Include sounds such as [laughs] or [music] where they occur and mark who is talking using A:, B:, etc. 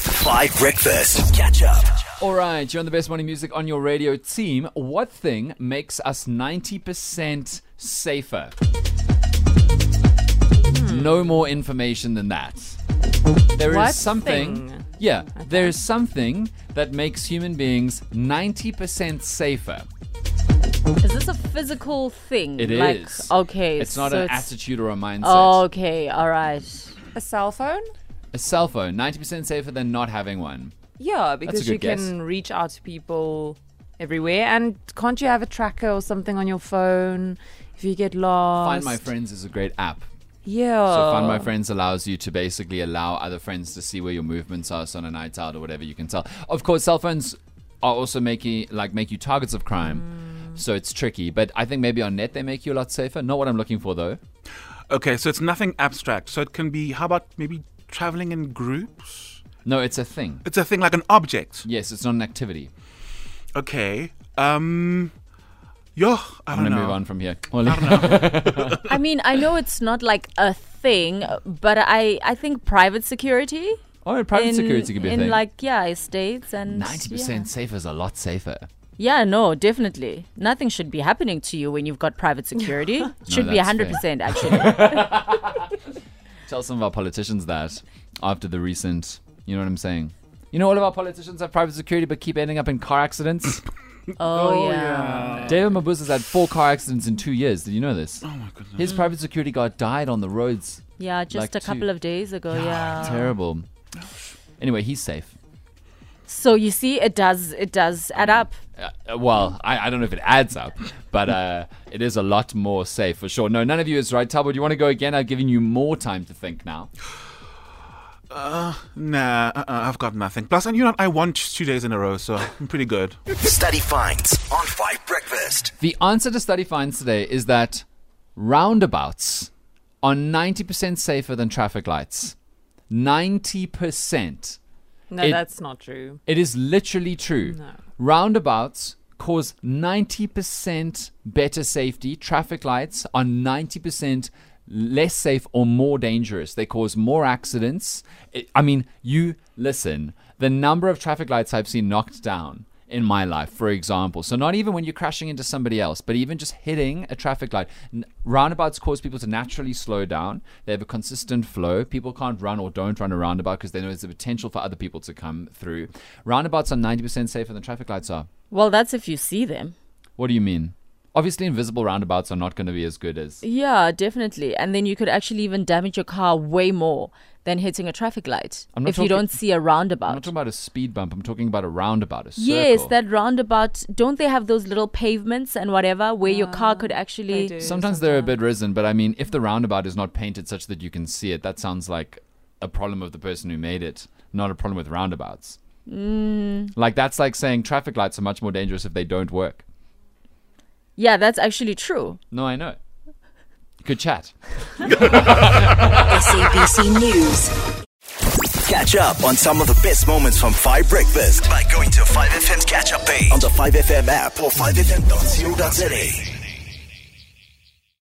A: Five Breakfast. Catch up.
B: All right, you're on the best morning music on your radio team. What thing makes us 90% safer? Hmm. No more information than that. There is
C: What
B: something.
C: thing?
B: Yeah, there is something that makes human beings 90% safer.
C: Is this a physical thing?
B: It
C: It
B: is.
C: is. Okay.
B: It's not
C: so
B: an
C: it's- Oh.
B: attitude or a mindset.
C: okay. All right.
D: A cell phone?
B: A cell phone, 90% safer than not having one.
D: Yeah, because
B: good
D: you
B: guess.
D: can reach out to people everywhere. And can't you have a tracker or something on your phone if you get lost?
B: Find My Friends is a great app.
D: Yeah.
B: So Find My
C: Um,
B: Friends allows you to basically allow other friends to see where your movements are, so on a night out or whatever you can tell. Of course, cell phones are also making like make you targets of crime.
C: Mm.
B: So it's tricky. But I think maybe on net they make you a lot safer. Not what I'm looking for though.
E: Okay, so it's nothing abstract. So it can be, how about maybe traveling in groups?
B: No, it's a thing.
E: It's a thing like an object.
B: Yes, it's not an activity.
E: Okay. Um, yo, I
B: I'm
E: don't
B: gonna
E: know.
B: move on from here.
C: I mean, I know it's not like a thing, but I I think private security.
B: oh, and private
C: in,
B: security could be a
C: in
B: thing.
C: like yeah estates and
B: Ninety percent safer is a lot safer.
C: Yeah. yeah, no, definitely. Nothing should be happening to you when you've got private
B: [laughs]
C: security. should be
B: that's
C: hundred percent actually.
B: Tell some of our politicians that after the recent. You know what I'm saying? You know, all of our politicians have private security, but keep ending up in car accidents.
C: Oh, yeah.
B: David Mabuza's had four car accidents in two years. Did you know this? Oh my goodness. His private security guard died on the roads.
C: Yeah, just
B: Like
C: a couple
B: two.
C: of days ago. Yeah.
B: Terrible. Anyway, he's safe.
C: So you see, it does it does add up.
B: Uh, uh, well, I, I don't know if it adds up, but [laughs] uh, it is a lot more safe for sure. No, none of you is right. Talbot, do you want to go again? I've given you more time to think now.
E: Nah, uh-uh, I've got nothing. Plus, and you know, what? I won two days in a row, so I'm pretty good.
A: Study finds on Five Breakfast.
B: The answer to study finds today is that roundabouts are 90% safer than traffic lights. 90%.
D: No,
B: It-
D: that's not true.
B: It is literally true. Roundabouts cause 90% better safety. Traffic lights are 90% less safe or more dangerous. They cause more accidents. I I mean, you listen, the number of traffic lights I've seen knocked down in my life, for example. So, not even when you're crashing into somebody else, but even just hitting a traffic light. N- Roundabouts cause people to naturally slow down. They have a consistent flow. People can't run or don't run a roundabout because they know there's a potential for other people to come through. Roundabouts are 90% safer than traffic lights are.
C: Well, that's if you see them.
B: What do you mean? Obviously, invisible roundabouts are not going to be as good as.
C: Yeah, definitely. And then you could actually even damage your car way more than hitting a traffic light
B: I'm not
C: if
B: talking-
C: you don't see a
B: I'm not
C: roundabout.
B: talking about a speed bump. I'm talking about a roundabout, a circle.
C: Yes, that roundabout. Don't they have those little pavements and whatever where your car could actually?
D: do.
B: Sometimes they're a bit risen, but I mean, if the roundabout is not painted such that you can see it, that sounds like a problem of the person who made it, not a problem with roundabouts. Mm. Like that's like saying traffic lights are much more dangerous if they don't work.
C: Yeah, that's actually true.
B: No, I know. Good chat.
A: SABC News. Catch up on some of the best moments from Five Breakfast by going to 5FM's catch up page on the 5FM app or 5FM.co.za.